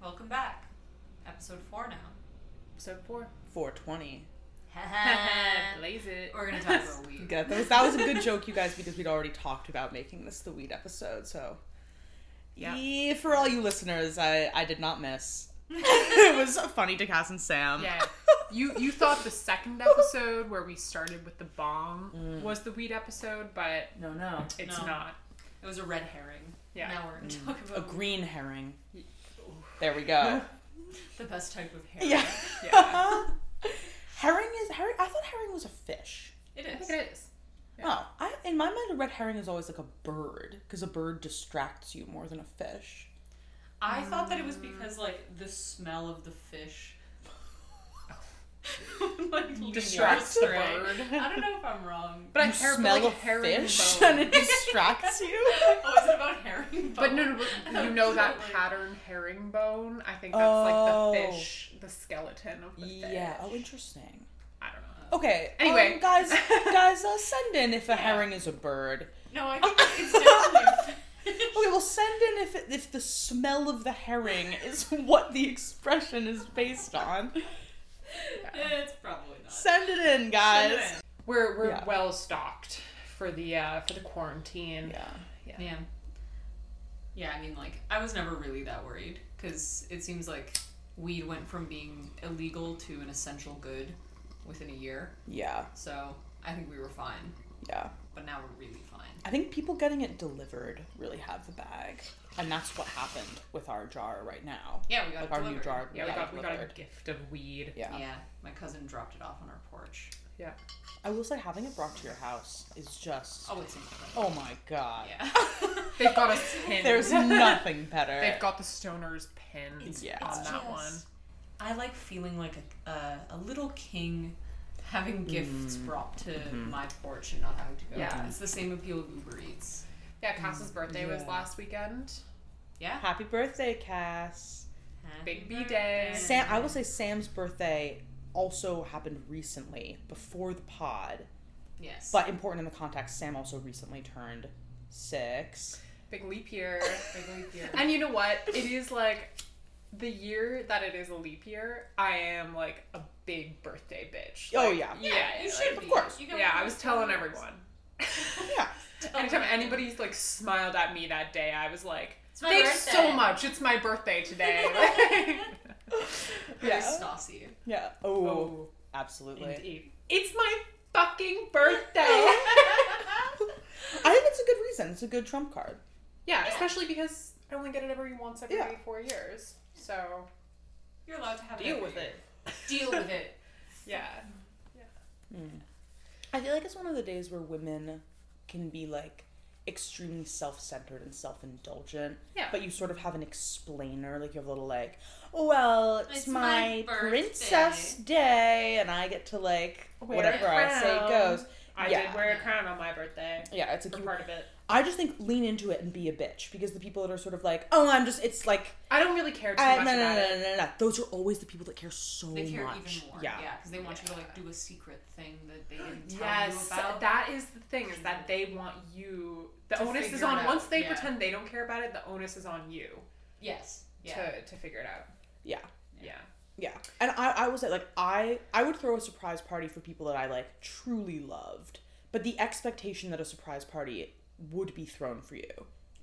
Welcome back. Episode four now. So four. 420. Blaze it. We're gonna talk about weed. Good. That was, that was a good joke, you guys, because we'd already talked about making this the weed episode. So, Yeah. yeah, for all you listeners, I, I did not miss. it was funny to Cass and Sam. Yeah. You you thought the second episode where we started with the bomb Mm. was the weed episode, but No, no. it's No. not. It was a red herring. Yeah. Mm. Now we're gonna talk A about green herring. There we go. the best type of herring. yeah. Yeah. herring is herring. I thought herring was a fish. It I is. think it is. Oh, I, in my mind, a red herring is always like a bird because a bird distracts you more than a fish. I thought that it Mm. was because like the smell of the fish like leads Distracts you the astray. bird. I don't know if I'm wrong. But I you smell a fish and it distracts you. Oh, is it about herring? But no, no, but you know that Like- pattern herringbone. I think that's Oh. like the fish, the skeleton of the fish. Yeah. Oh, interesting. I don't know. Okay. Anyway. um, guys, guys, uh, send in if a herring is a bird. No, I think it's definitely a fish. Okay, well, send in if it, if the smell of the herring is what the expression is based on. Yeah, it's probably not. Send it in, guys. Send We're we're Yeah. well stocked for the uh for the quarantine. Yeah. Yeah. Yeah, I mean, like, I was never really that worried because it seems like weed went from being illegal to an essential good within a year. Yeah. So I think we were fine, Yeah. but now we're really fine. I think people getting it delivered really have the bag, and that's what happened with our jar right now. Yeah, we got Like it our new delivered. jar. Yeah, we got we got a delivered. gift of weed. Yeah. Yeah, my cousin dropped it off on our porch. Yeah. I will say having it brought to your house is just. Oh, it's incredible. Oh my god. Yeah. They've got us pinned. There's nothing better. They've got the stoners pinned Yeah. on It's that just- one. I like feeling like a, uh, a little king Mm. having gifts brought to Mm-hmm. my porch and not having to go. Yeah. It's the same appeal of Uber Eats. Yeah, Cass's birthday was Mm. yeah. last weekend. Yeah. Happy birthday, Cass. Big B Happy Day. birthday. Sam, I will say Sam's birthday also happened recently before the pod, Yes. but important in the context, Sam also recently turned six. Big leap year. Big leap year. and you know what? It is like the year that it is a leap year, I am like a big birthday bitch. Oh, Like, yeah. Yeah, you like- should of be. course. You go Yeah, with I your was telling friends. everyone. Yeah. Anytime everyone. anybody's like smiled at me that day, I was like, It's my "Thanks birthday." so much. It's my birthday today." Very Yeah. saucy. Yeah. Oh, oh, absolutely. indeed. It's my fucking birthday. I think it's a good reason. It's a good trump card. yeah, especially because I only get it every once every Yeah. four years. So You're allowed to have deal every with year. it. Deal with it. Yeah. I feel like it's one of the days where women can be like extremely self-centered and self-indulgent. Yeah. But you sort of have an explainer, like you have a little like, well, it's, It's my, my birthday." princess day, and I get to like Wear a whatever I say crown. goes. I Yeah. did wear a crown on my birthday Yeah, it's like for you- part of it. I just think lean into it and be a bitch because the people that are sort of like, oh, I'm just, it's like, I don't really care too I, much no, no, about no, it. no, no, no. Those are always the people that care so They care much. even more. Yeah. because they want you to like do a secret thing that they didn't tell Yes, you about. that is the thing is that they want you. The To onus is figure it on out, once they yeah. pretend they don't care about it. The onus is on you yes. Yeah. to to figure it out. Yeah. Yeah. Yeah. And I, I will say, like, I, I would throw a surprise party for people that I, like, truly loved. But the expectation that a surprise party would be thrown for you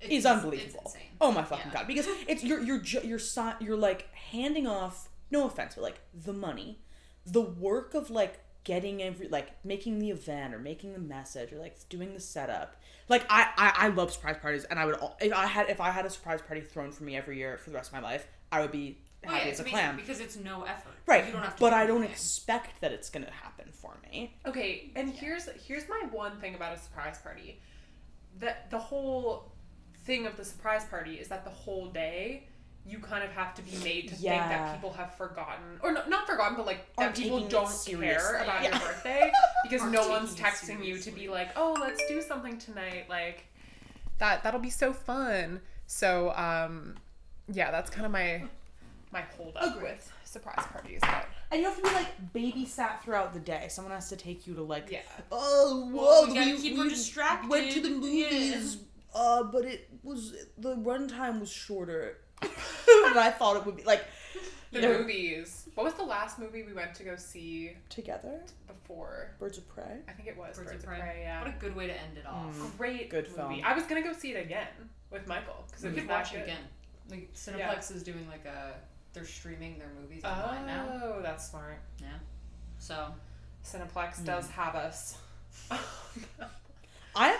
It's- is unbelievable. It's insane. oh my fucking Yeah. god! Because it's you're you're ju- you're si- you're like handing off. No offense, but like the money, the work of like getting every like making the event or making the message or like doing the setup. Like I I, I love surprise parties, and I would all, if I had if I had a surprise party thrown for me every year for the rest of my life, I would be Oh, happy yeah, as it's a amazing clam. because it's no effort. Right, You don't have to. but do I don't anything. expect that it's gonna happen for me. Okay, and here's here's my one thing about a surprise party. That the whole thing of the surprise party is that the whole day you kind of have to be made to think Yeah. that people have forgotten or no, not forgotten but like that Aren't people taking it don't care seriously. about Yeah. your birthday because Aren't no one's taking it texting you to seriously. be like, "Oh, let's do something tonight." Like that that'll be so fun. So, um yeah, that's kind of my my hold up Agreed. with surprise parties. But And you have to be like babysat throughout the day. Someone has to take you to like yeah. Oh, Well, whoa! we gotta keep her distracted. Went to the Yeah. movies, uh, but it was the runtime was shorter. than I thought it would be. Like The Yeah. movies. What was the last movie we went to go see together, before? Birds of Prey. I think it was Birds of Birds of Prey. Prey. Yeah. What a good way to end it off. Mm. great Good movie. film. I was gonna go see it again with Michael because So it we was could that watch it good. again. Like Cineplex is doing like a they're streaming their movies online now. Oh, that's smart. So Cineplex Mm. does have us. I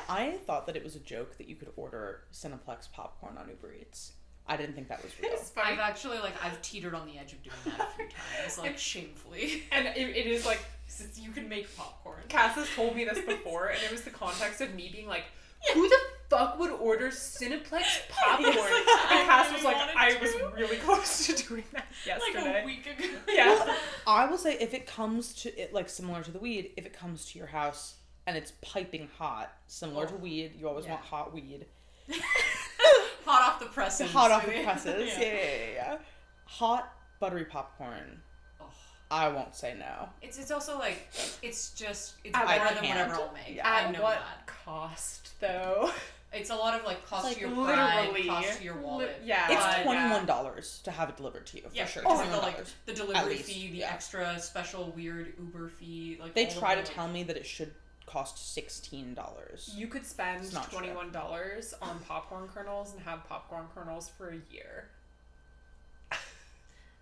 I thought that it was a joke that you could order Cineplex popcorn on Uber Eats. I didn't think that was real. it's funny. I've actually like I've teetered on the edge of doing that a few times, like shamefully. and it, it is like Since you can make popcorn. Cass has told me this before, and it was the context of me being like, "Who the fuck would order Cineplex popcorn?" Yes, like, I and Cass really was like, wanted "I to." was really close to doing that Like yesterday." a week ago. yeah, I will say if it comes to it like similar to the weed, if it comes to your house and it's piping hot, similar to weed, you always Yeah. want hot weed. Hot off the presses. hot off the maybe. presses. Yeah. yeah. Yeah, yeah, yeah. Hot buttery popcorn. Ugh. I won't say no. It's it's also like it's just it's At better what than hand? whatever I'll make. Yeah. I at know what that. cost though? It's a lot of like cost Like, to your literally. pride, cost to your Li- wallet. yeah. It's Uh, yeah. twenty one dollars to have it delivered to you for Yeah, sure. Oh because $21. of the like the delivery least, fee, the yeah. extra special weird Uber fee, like they all of try to that, tell me that it should cost sixteen dollars. You could spend It's not true. twenty one dollars on popcorn kernels and have popcorn kernels for a year. I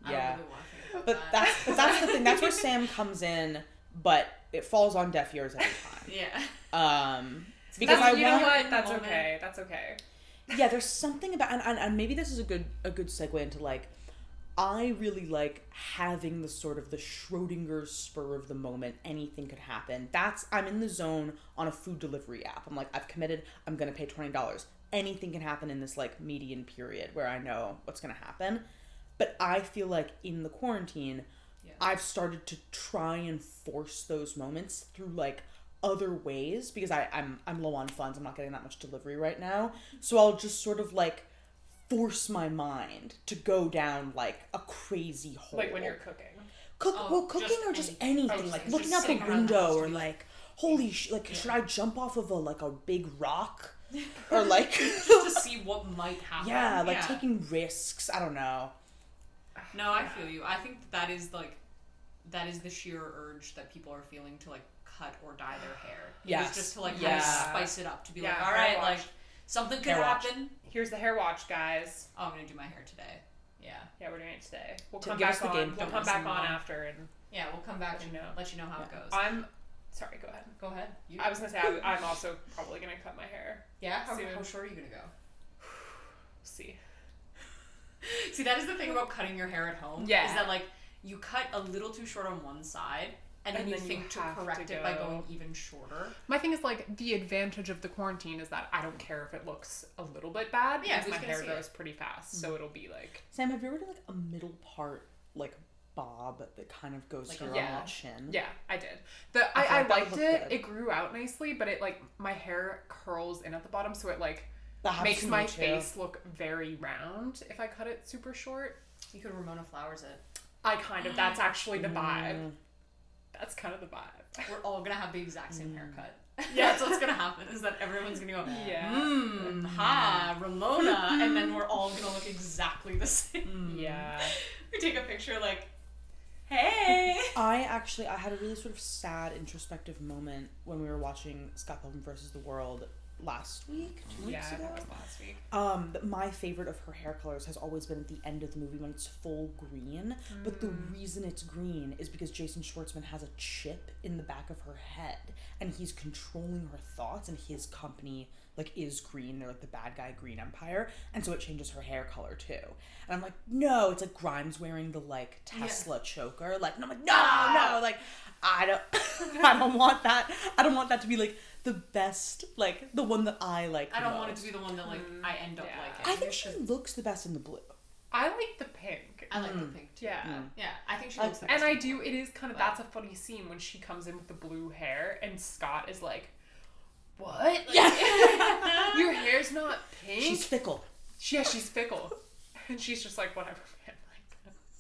don't Yeah. really wanna think about But that. that's but that's the thing. That's where Sam comes in, but it falls on deaf ears every time. yeah. Um, because That's, I you want know what? That's Moment. okay. That's okay. yeah there's something about and, and, and maybe this is a good a good segue into like i really like having the sort of the schrodinger's spur of the moment anything could happen that's i'm in the zone on a food delivery app i'm like i've committed i'm gonna pay $20 anything can happen in this like median period where i know what's gonna happen but i feel like in the quarantine Yeah. i've started to try and force those moments through like other ways because I, I'm I'm low on funds. I'm not getting that much delivery right now, so I'll just sort of like force my mind to go down like a crazy hole. Like when you're cooking. cook, Oh, well, cooking just or just anything. anything, Oh, like just looking out the sitting around the house window or doing- like holy sh- like Yeah. should I jump off of a like a big rock or like just to see what might happen. yeah like taking risks. I don't know. No, I feel you. I think that, that is like that is the sheer urge that people are feeling to like cut or dye their hair. It was Yes. just to like kind of Yeah. spice it up to be like, Yeah, all hair right, wash. like something could Hair wash. happen. Here's the hair watch, guys. Oh, I'm gonna do my hair today. Yeah, Yeah, we're doing it today. We'll To come give back us the on. game We'll plan. come back on Someone. after and yeah. We'll come back Let you and know. let you know how it goes. I'm sorry. Go ahead. Go ahead. You, I was gonna say I, I'm also probably gonna cut my hair. yeah. How, soon. how short are you gonna go? We'll see. See, that is the thing about cutting your hair at home. Yeah. Is that like you cut a little too short on one side, and, And then, then you you think to have to correct it by go- going even shorter. My thing is like the advantage of the quarantine is that I don't care if it looks a little bit bad Yeah, because who's my gonna hair see it? grows pretty fast, so it'll be like Sam, have you ever done like a middle part like bob that kind of goes Like to a- your Yeah. own chin? yeah. I did. The I, feel I, like that would liked look it. good. It grew out nicely, but it like my hair curls in at the bottom, so it like That happens makes to me my too. face look very round if I cut it super short. You could Ramona Flowers it. I kind of that's actually the Mm. vibe. That's kind of the vibe. We're all gonna have the exact Mm. same haircut. Yeah. that's what's gonna happen. Is that everyone's gonna go, Yeah. mmm, ha, Ramona, and then we're all gonna look exactly the same. Yeah. we take a picture like, hey. I actually I had a really sort of sad introspective moment when we were watching Scott Pilgrim versus the World last week, two weeks Yeah, ago. that was last week. Um, that my favorite of her hair colors has always been at the end of the movie when it's full green. But the Mm. reason it's green is because Jason Schwartzman has a chip in the back of her head, and he's controlling her thoughts. And his company like is green. They're like the bad guy Green Empire, and so it changes her hair color too. And I'm like, no, it's like Grimes wearing the like Tesla choker. Like, and I'm like, no, no, like I don't, I don't want that. I don't want that to be like the best, like the one that I like. I the don't want it most. to be the one that like I end up Mm. yeah. liking. I think she looks the best in the blue. I like the pink. I like the pink too. Mm. Yeah. Yeah, I think she I looks. the think And best. I do. It is kind of that's a funny scene when she comes in with the blue hair and Scott is like, "What? Like, your hair's not pink." She's fickle. yeah, she's fickle, and she's just like, "Whatever, man.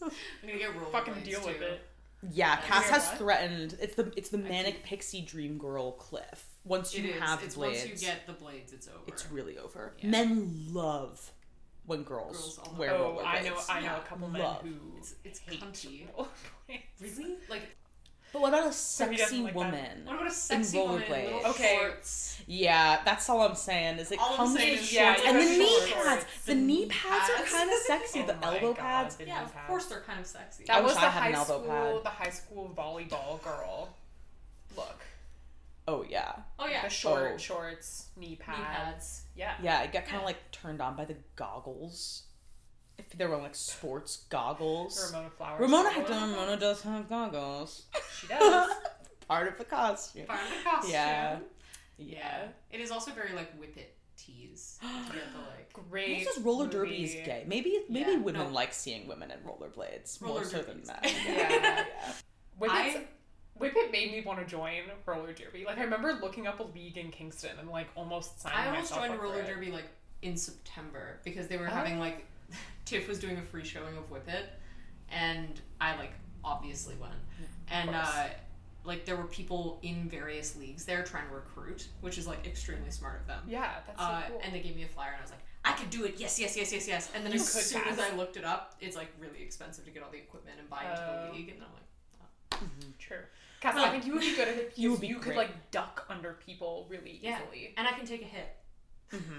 Like, I'm gonna get roller fucking blades, deal with too. it." Yeah, Cass Wait, has what? threatened. It's the it's the manic pixie dream girl cliff. Once you It is. have it's blades, once you get the blades, it's over. it's really over. Yeah. Men love when girls, Girls all wear oh, roller I know. blades. I know Yeah. a couple men Love. who It's it's hate Oh cunty. rollerblades. Really? Like But what about a he sexy doesn't like that? woman? what about a sexy roller woman in little blades. Okay. shorts? Yeah, that's all I'm saying. Is it All I'm comes saying with is shorts yeah, you and the have knee shorts. pads. The, knee pads, pads. are kind of sexy. the Oh my elbow God, pads. the Yeah, knee of pads. course they're kind of sexy. That I was wish the I had high an elbow school. pad. The high school volleyball girl. Look, Oh yeah, oh yeah, the short Oh. shorts, knee pads. knee pads. Yeah. yeah. I got kind of Yeah. like turned on by the goggles. If they were like sports goggles. Ramona Flowers. Ramona had done. Ramona does have goggles. She does. Part of the costume. Part of the costume. Yeah. Yeah. It is also very like whippet tees. To get the like Great. This is roller movie. derby is gay. Maybe maybe Yeah, women no. like seeing women in rollerblades more Roller so than derbies. men. Yeah. Yeah. Whippets, I- Whippet made me want to join roller derby. Like I remember looking up a league in Kingston and like almost signing I almost myself joined up roller for it. derby like in September because they were Oh. having like Tiff was doing a free showing of Whippet, and I like obviously went, and course. uh, like there were people in various leagues there trying to recruit, which is like extremely smart of them. Yeah, that's so uh, cool. And they gave me a flyer, and I was like, I could do it. Yes, yes, yes, yes, yes. And then You as could soon as pass. I looked it up, it's like really expensive to get all the equipment and buy into Oh. the league, and I'm like. True. Cass, I Huh. think you would be good at it because You you, would be could great. like duck under people really Yeah. easily. And I can take a hit.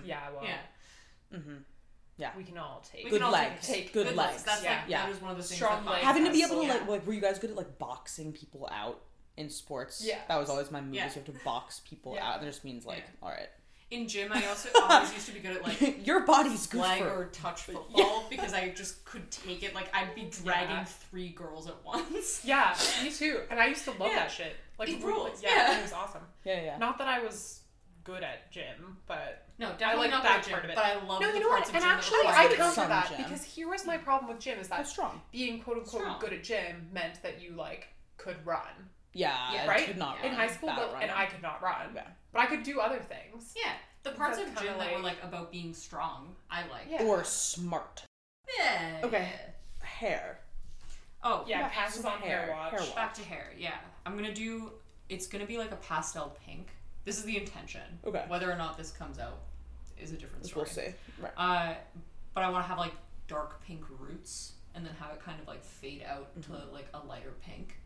Yeah, well, Yeah. Mm-hmm. we can all take. We Good can all take a legs. hit. Good legs. That's Yeah. like Yeah. that was one of the things. Strong that I- legs. Having to be Yeah. able to Yeah. like like were you guys good at like boxing people out in sports? Yeah. That was always my move. Yeah. is You have to box people Yeah. out. That just means like, Yeah. all In gym, I also always used to be good at like right, your body's good flag for. or touch football because I just could take it. Like I'd be dragging Yeah. three girls at once. Yeah, me too. And I used to love Yeah. that shit. Like It really- rules, Yeah, yeah. it was awesome. yeah, yeah. Not that I was good at gym, but No, definitely like not that by gym, part of it. but I love no, the you know parts of what? And gym that actually, require I it. require counter some that gym. because here was my problem with gym: is That's that strong. being quote unquote Strong. good at gym meant that you like could run, Yeah, Yeah. I right? could not in run. high school, Bad but, and runner. I could not run, Yeah. but I could do other things. Yeah, the parts That's of kinda gym that were like- like about being strong, I like. Yeah. or smart Yeah. Okay. hair. Oh Yeah, Yeah, passes some on hair, hair- watch. hair watch. Back to hair. Yeah, I'm gonna do. It's gonna be like a pastel pink. This is the intention. Okay. Whether or not this comes out is a different Which story. we'll see. Right. Uh, but I want to have like dark pink roots and then have it kind of like fade out Mm-hmm. to like a lighter pink.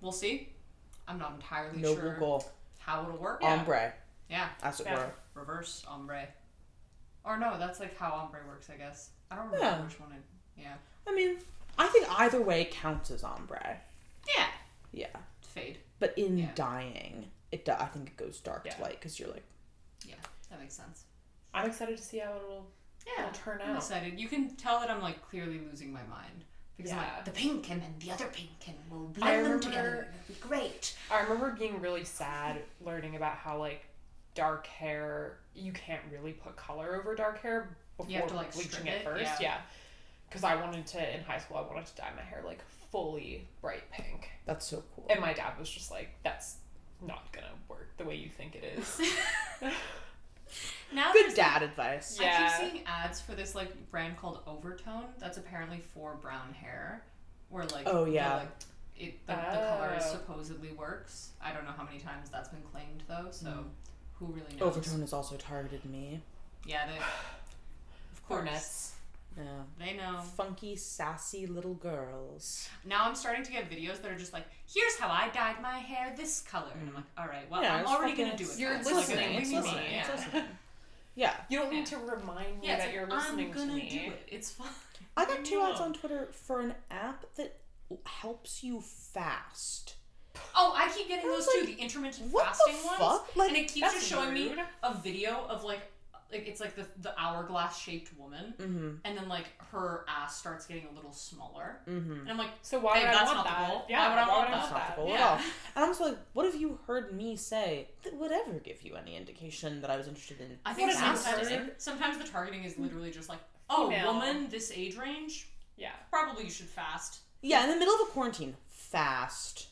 We'll see. I'm not entirely Noble sure goal. how it'll work. Ombre, Yeah, as it Yeah. were. reverse ombre. Or no, that's like how ombre works, I guess. I don't remember Yeah. which one. I, yeah, I mean, I think either way counts as ombre. yeah, Yeah. fade. But in Yeah. dyeing, it do- I think it goes dark Yeah. to light because you're like Yeah, that makes sense. I'm excited to see how it'll. Yeah, It'll turn I'm out. excited. You can tell that I'm like clearly losing my mind because I'm Yeah. like the pink and then the other pink and we'll blend them remember- together. and It'll be great. I remember being really sad learning about how like dark hair you can't really put color over dark hair before You have to, like, bleaching strip it it, first. yeah. Yeah, because I wanted to in high school. I wanted to dye my hair like fully bright pink, that's so cool. and my dad was just like, "That's not gonna work the way you think it is." Now Good dad advice. Yeah. I keep seeing ads for this like brand called Overtone that's apparently for brown hair, where like Oh, the, yeah. like, it the, the color Oh. supposedly works. I don't know how many times that's been claimed though, so who really knows? Mm. Overtone has also targeted me. yeah, they, of course Cornets. Yeah. they know. Funky, sassy little girls. Now I'm starting to get videos that are just like, here's how I dyed my hair this color, and I'm like, all right, well Yeah, I'm it's already fucking- gonna do it. you're now. It's listening, fucking it's leaving me, listening, Yeah, it's listening. Yeah. You don't Yeah. need to remind me yeah it's that like, you're listening I'm gonna to me. do it. It's fun. I got two ads Yeah. on Twitter for an app that helps you fast. Oh, I keep getting I those was too, like, the intermittent what the fasting ones. fuck? Like, and it keeps that's just showing rude. me a video of like like it's like the the hourglass shaped woman Mm-hmm. and then like her ass starts getting a little smaller. Mm-hmm. And I'm like, So why Babe, would I that's want not the that? goal. Yeah, Why would I want That's Love not that? the goal at yeah. all. And I'm just like, what have you heard me say that would ever give you any indication that I was interested in? I think What an sometimes, absurd- sometimes the targeting is literally just like, oh, Female. woman, this age range, Yeah. probably you should fast. Yeah, in the middle of a quarantine, fast.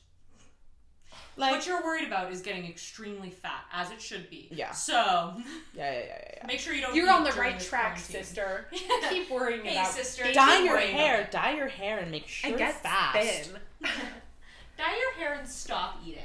Like, what you're worried about is getting extremely fat, as it should be. Yeah. So yeah, yeah, yeah, yeah, yeah. make sure you don't. You're eat on the during right this track, quarantine. sister. Yeah. Keep worrying Hey, about sister. getting Dye your worrying hair, dye your hair, and make sure and get fast. thin. Dye your hair and stop eating.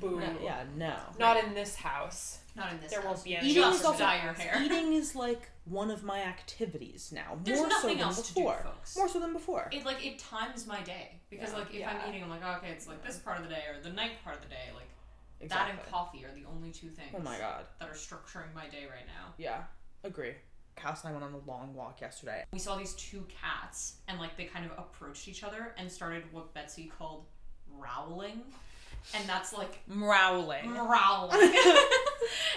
Boo. No, yeah, no. Not in this house. Not in this. There house. won't be any. Eating Eating just is also dye your hair. eating is like one of my activities now. There's more so nothing than else to do, before. folks. More so than before. It like it times my day because Yeah. like if Yeah. I'm eating, I'm like oh, okay, it's like this part of the day or the night part of the day. Like that and coffee are the only two things. oh my god. That are structuring my day right now. Yeah. Agree. Cass and I went on a long walk yesterday. We saw these two cats and like they kind of approached each other and started what Betsy called rowling, and that's like Mrowling. growling.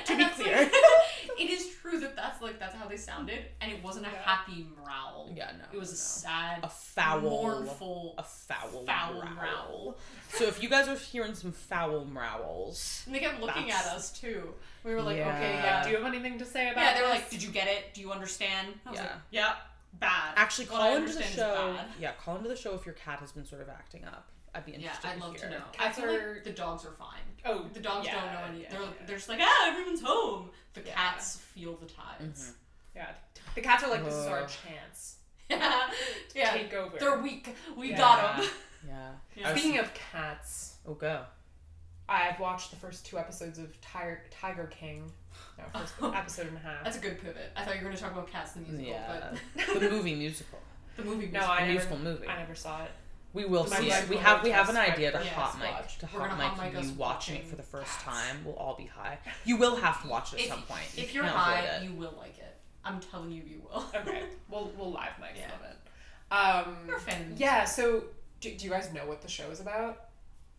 To And be that's, like, clear. it is true that that's like that's how they sounded, and it wasn't a Yeah. happy growl. Yeah, no. It was a no. sad, a foul mournful, a foul, foul growl. growl. So if you guys are hearing some foul mrowls, And they kept looking That's- at us too. We were like, Yeah. okay, Like, yeah. do you have anything to say about yeah, they were this? like, did you get it? Do you understand? I was Yeah. like, yeah, bad. actually What call I into the understand is show. bad. Yeah, call into the show if your cat has been sort of acting up. I'd be Yeah, interested. I'd love to hear. know. Cats I feel are- like the dogs are fine. Oh, The dogs yeah, don't know any. yeah, they're, yeah. they're just like, ah, everyone's home. The Yeah. cats feel the tides. Yeah. The cats are like, this is our Ugh. chance. yeah, yeah. Take over. They're weak. We Yeah. got 'em. got them. Yeah. Yeah. Speaking of cats, Oh, go. I've watched the first two episodes of Tiger, Tiger King. No, first Oh. episode and a half. That's a good pivot. I thought you were going to talk about Cats the musical, Yeah. but The movie musical. the movie. No, musical. I never, Musical movie. I never saw it. We will My see it. friend We will have we watch have an us. idea to Yeah, hot let's mic watch. to We're hot gonna hot mic mic you us watching it watching for the first cats. time. We'll all be high. You will have to watch it at If, some point. You if you're can't high, avoid it. you will like it. I'm telling you, you will. Okay, we'll we'll live mic Yeah. some of it. You're a Um, fan. yeah. So, do, do you guys know what the show is about?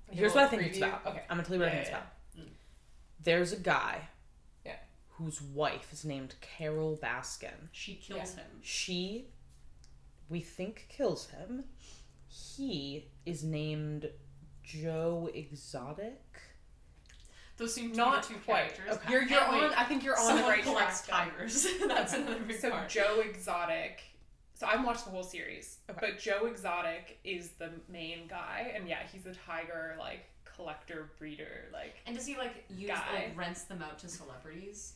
Like, here's a what I little think it's preview? about. Okay. I'm gonna tell you what I Yeah, think yeah, it's about. Mm. There's a guy, Yeah. whose wife is named Carol Baskin. She kills him. She, we think, kills him. He is named Joe Exotic. Those seem to Not be the two quite. characters. Okay. You're you're And wait, on. I think you're on Someone the right collects track. tigers. That's another there. big So part. Joe Exotic. So I've watched the whole series, Okay. but Joe Exotic is the main guy, and yeah, he's a tiger like collector breeder like. and does he like use Guy. like rents them out to celebrities?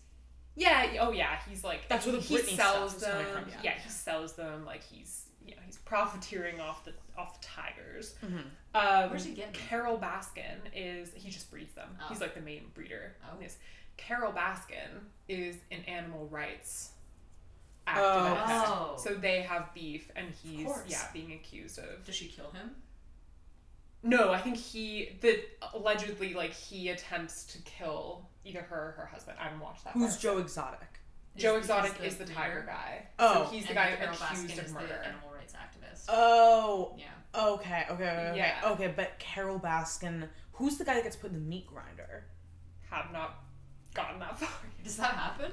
Yeah. y- Oh, yeah. He's like That's where the he Britney sells stuff is coming them. from, yeah. he sells them. Like he's you know he's profiteering off the off the tigers. Mhm. Um, Where's he getting them? Carol Baskin is he just breeds them. Oh. He's like the main breeder. Oh. Yes. Carol Baskin is an animal rights activist. Oh. So they have beef, and he's course. yeah being accused of. Does she kill him? No, I think he that allegedly like he attempts to kill either her or her husband. I haven't watched that. Who's part. Joe Exotic? Joe Is- Exotic he's is the leader, tiger guy. Oh. so he's the and guy Carol accused Baskin of is murder. the animal rights activist. Oh, yeah. okay, okay, okay, okay. Yeah. okay. But Carol Baskin, who's the guy that gets put in the meat grinder? Have not gotten that far. yet. Does that happen?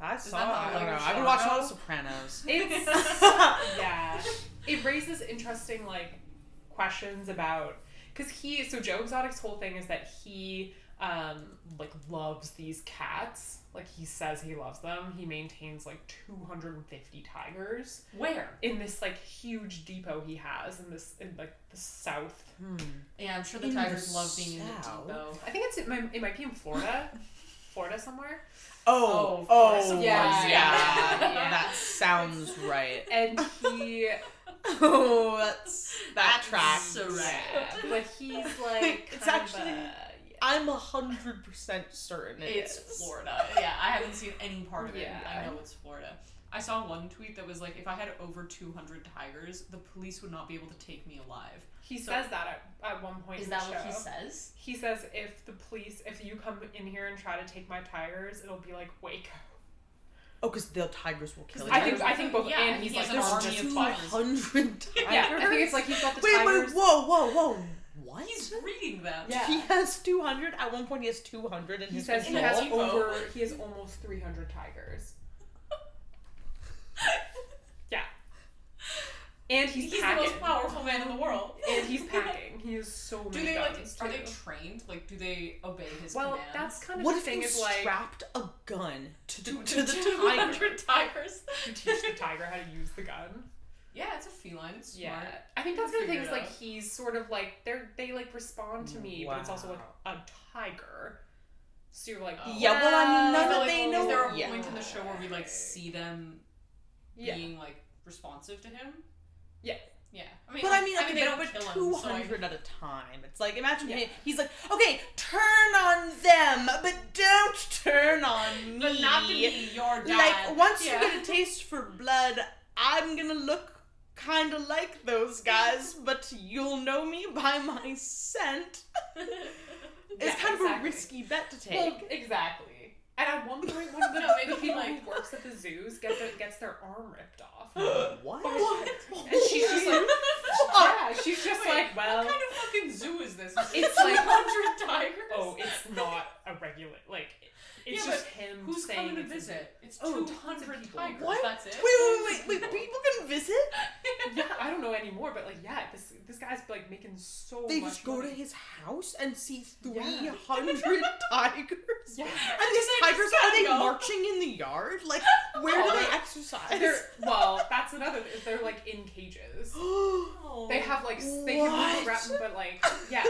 I that saw. not I don't like know. a I've been watching all the genre? Sopranos. It's yeah. It raises interesting like questions about because he so Joe Exotic's whole thing is that he um like loves these cats. Like he says he loves them. He maintains like 250 tigers Where? in this like huge depot he has in this in like the south. Hmm. Yeah, I'm sure the In the tigers love being south? in the depot. I think it's it might, it might be in Florida. Florida somewhere. Oh, Oh, oh, Forest yeah, yeah. Wars. Yeah. That sounds right. And he Oh, that's that track. so Yeah, right. but he's like It's kind of actually- a- I'm a hundred percent certain it It's is. Florida. Yeah, I haven't seen any part of it. Yeah. I know it's Florida. I saw one tweet that was like, if I had over 200 tigers, the police would not be able to take me alive. he So- says that at, at one point. Is in that the what he show. says? He says if the police, if you come in here and try to take my tires, it'll be like Waco. Oh, because the tigers will kill Because you. the I tigers- think I think both. Yeah, and he he's has like an armed army as there's two of fuck. tigers. hundred tigers. Yeah, I think it's like he's got the wait, tigers. wait, whoa, whoa, whoa, what? He's reading them. Yeah. He has two hundred. At one point, he has two hundred, and He says he in a has depot. over. He has almost three hundred tigers. Yeah, and he's, He's, the packing. most powerful man in the world. and he's packing. He has so many Do they like? guns. Are too. they trained? Like, do they obey his well, commands? that's kind of What the if thing you is like strapped a gun to the, To- to the to tiger? 200 tigers. you teach the tiger how to use the gun. Yeah, it's a feline. It's Yeah, smart. I think that's He'll the thing figure is it out. like he's sort of like they're they like respond to me, but it's also like Wow. a tiger. So you're like, Oh. Yeah, well, I mean, I none of feel well, like, they is know- there a yeah. point in the show where we like see them Yeah, being like responsive to him? Yeah. Yeah. I mean, But I mean, like, they but- don't but kill two 'em, so I- hundred at a time. It's like imagine Yeah. him- he's like, okay, turn on them, but don't turn on me. But not to be your dad. Like once Yeah. you get a taste for blood, I'm gonna look kind of like those guys, but you'll know me by my scent. Yeah, it's kind of a exactly. risky bet to take. Well, exactly. And at one point, one of the No, maybe people like- like works at the zoos get the, gets their arm ripped off. what? And she's just like, yeah, she's just Oh, Wait, like, well, what kind of fucking zoo is this? It's It's like like- hundred tigers. oh, it's not a regular. Like, it's Yeah, just but him. who's saying coming to it's a- visit? It's Oh, two tons of hundred people. tigers. What? That's it. Wait, wait, wait, wait, wait! People can visit. Yeah, I don't know anymore, but like, yeah, this this guy's like making so They much. just go to money. his house and see three Yeah. hundred tigers. Yeah. And these they just tigers are they gotta go. marching in the yard? Like, where Oh, do they they're- exercise? They're, well, that's another. thing, is They're like in cages. They have like s- they can What? move around, but like yeah.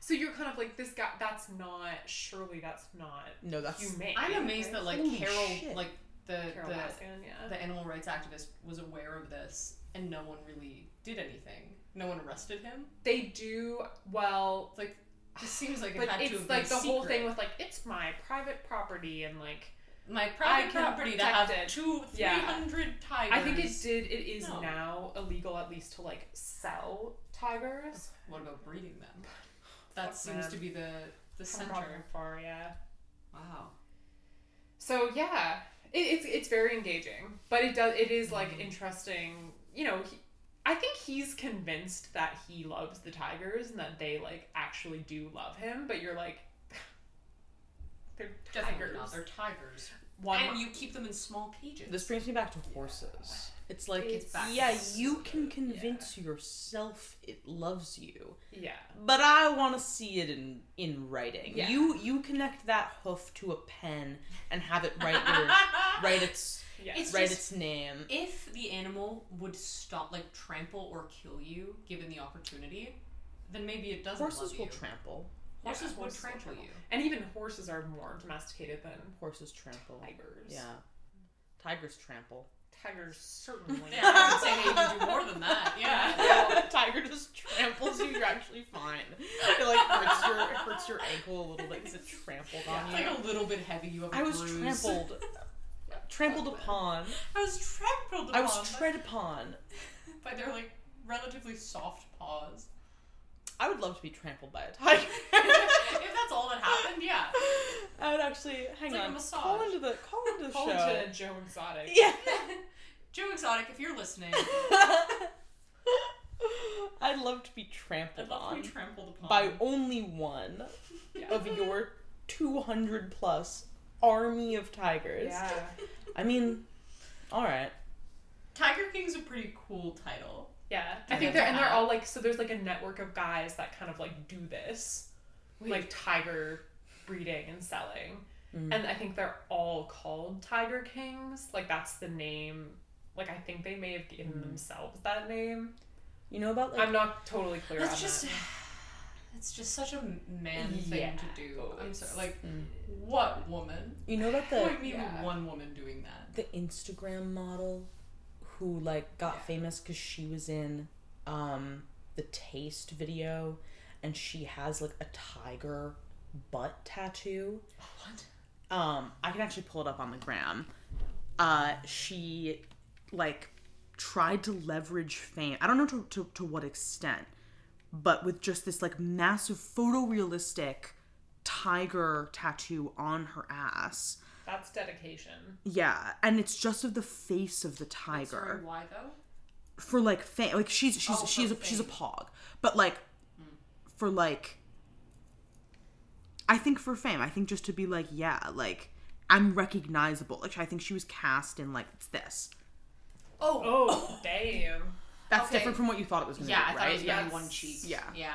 So you're kind of like this guy. That's not surely that's not no, that's humane. I'm amazed that like Holy Carol, shit. like the Carol the Baskin, yeah. the animal rights activist was aware of this, and no one really did anything. No one arrested him. They do well, It's like this seems like it but had to it's have like the been whole thing secret. with like it's my private property and like my I private can property to protect have it. two three Yeah. hundred tigers. I think it did. It is No. now illegal at least to like sell tigers. What about breeding them? That Fuck, seems man. to be the the From Robin center. Farr, yeah. Wow. So yeah, it, it's it's very engaging, but it does it is like interesting. You know, he, I think he's convinced that he loves the tigers and that they like actually do love him. But you're like, they're Definitely tigers. not. They're tigers. One and you keep them in small cages. This brings me back to horses. It's like, It's back to yeah, horses. you can convince yourself it loves you, yeah, but I want to see it in in writing. Yeah. You you connect that hoof to a pen and have it write your write its yeah. It's write its just- name. if the animal would stop, like trample or kill you, given the opportunity, then maybe it doesn't. Horses love will you. trample. Horses Yeah, will horses will trample trample. you. and even horses are more domesticated than Horses trample. tigers. Yeah, tigers trample. tigers certainly. Yeah, I would say they even do more than that. Yeah. the tiger just tramples you. You're actually fine. It like hurts your it hurts your ankle a little bit because it trampled on It's you. like a little bit heavy. You have a I was bruise. trampled. Trampled upon. I was trampled. I was upon tread upon. by, by their like relatively soft paws. I would love to be trampled by a tiger. if that's all that happened, yeah. I would actually hang It's like a on. massage. call into the call into the Call show. to Joe Exotic. Yeah. Joe Exotic, if you're listening, I'd love to be I'd trampled love on to be trampled upon. by only one Yeah. of your 200 plus army of tigers. yeah. I mean, all right. Tiger King's a pretty cool title. Yeah, Do I they think have they're to and they're have- all like so. There's like a network of guys that kind of like do this, like tiger breeding and selling, Mm. and I think they're all called Tiger Kings. Like that's the name. Like I think they may have given themselves that name. You know about Mm. like I'm not totally clear That's on just that. it's just such a man thing Yeah. to do. Oh, I'm it's- sorry. Like what woman? Mm. you know about Oh the Point me yeah. with one woman doing that. the Instagram model who like got Yeah. famous because she was in um the taste video and she has like a tiger butt tattoo. Oh, What? Um I can actually pull it up on the gram. Uh she like tried to leverage fame. I don't know to, to, to what extent, but with just this like massive photorealistic tiger tattoo on her ass. That's dedication. Yeah, and it's just of the face of the Sorry, tiger why though? for like fame. Like she's she's Oh, she's a, for she's a fame. pog, but like for like I think for fame. I think just to be like yeah, like I'm recognizable. Like I think she was cast in like it's this. Oh, Oh damn! That's Okay. different from what you thought it was. Gonna be, yeah, I thought it right? was gonna be Yes. one cheek. Yeah. Yeah.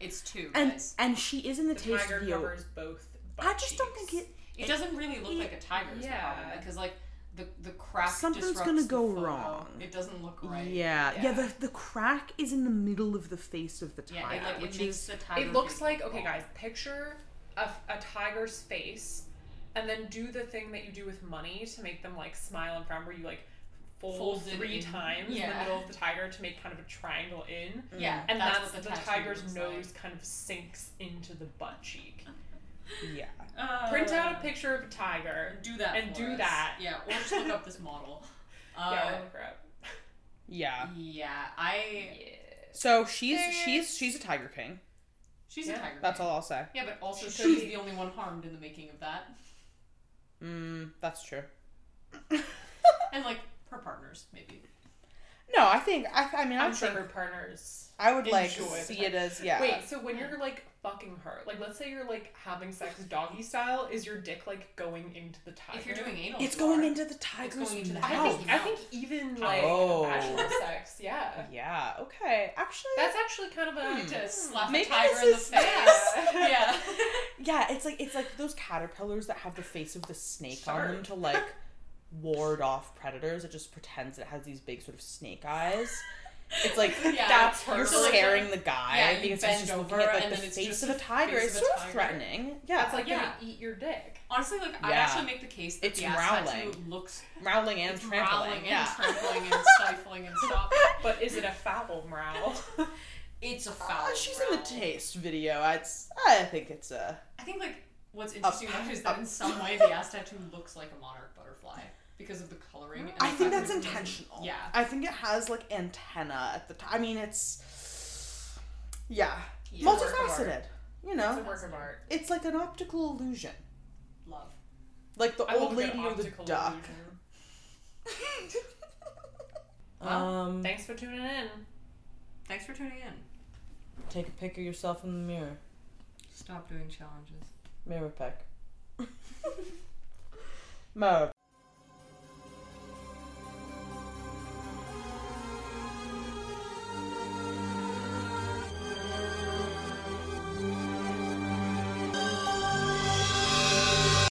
It's two and guys. and she is in the, taste Tiger video. covers both. butt I just don't think cheeks. it. It doesn't really look like a tiger is Yeah. the problem because like the the crack Something's disrupts gonna the go photo. wrong. It doesn't look right. Yeah, yeah. Yeah. the, the crack is in the middle of the face of the tiger, Yeah, it, like, it which makes is the tiger It looks face like look okay, wrong. guys. Picture a, a tiger's face, and then do the thing that you do with money to make them like smile and frown, where you like fold Folded three in. times in the Yeah. middle of the tiger to make kind of a triangle in. Yeah, And that's, what the, tattoo tiger's looks like. nose kind of sinks into the butt cheek. Yeah. Uh, Print out a picture of a tiger. Do that and for do us. that. Yeah, or just look up this model. yeah, Uh, we'll look her up. Yeah. yeah. I. Yeah. So she's There it she's she's a Tiger King. She's a Yeah, tiger. That's king. all I'll say. Yeah, but also She she's should be. the only one harmed in the making of that, Mm, that's true. and like her partners maybe. No, I think I, I mean I I'm would sure think her partners. I would like enjoy the see it as yeah. Wait, so when you're like fucking her, like let's say you're like having sex doggy style, is your dick like going into the tiger? If you're doing anal, It's you going are. into the tiger's going into the I mouth. think I think even like Oh. vaginal sex, yeah. Yeah. Okay. Actually, That's actually kind of a You to slap Maybe a tiger this in the is- face. yeah. yeah. yeah. It's like it's like those caterpillars that have the face of the snake on them Shark. to like ward off predators. It just pretends it has these big sort of snake eyes. It's like Yeah, that's her you're version. scaring the guy Yeah, you because bend he's just looking over at like and the then it's face just of a the tiger. face It's of a sort of tiger. threatening. Yeah. That's like Yeah. gonna eat your dick. Honestly, like I Yeah. actually make the case that It's the ass growling. tattoo looks growling and it's trampling. growling yeah. and trampling and stifling and stopping. But is it a foul growl? It's a foul. Uh, she's in the growl. taste video. It's I think it's a. I think like what's interesting about it is up. that in some way the ass tattoo looks like a monarch butterfly because of the coloring. And I the think that's fact that it doesn't- intentional. Yeah. I think it has like antenna at the top. I mean, it's yeah, Yeah. multifaceted. You it's a know, work of art. it's like an optical illusion, Love. like the I love old a good lady or the optical duck. illusion. um, Thanks for tuning in. Thanks for tuning in. take a pic of yourself in the mirror. Stop doing challenges. Mirror pic. Mirror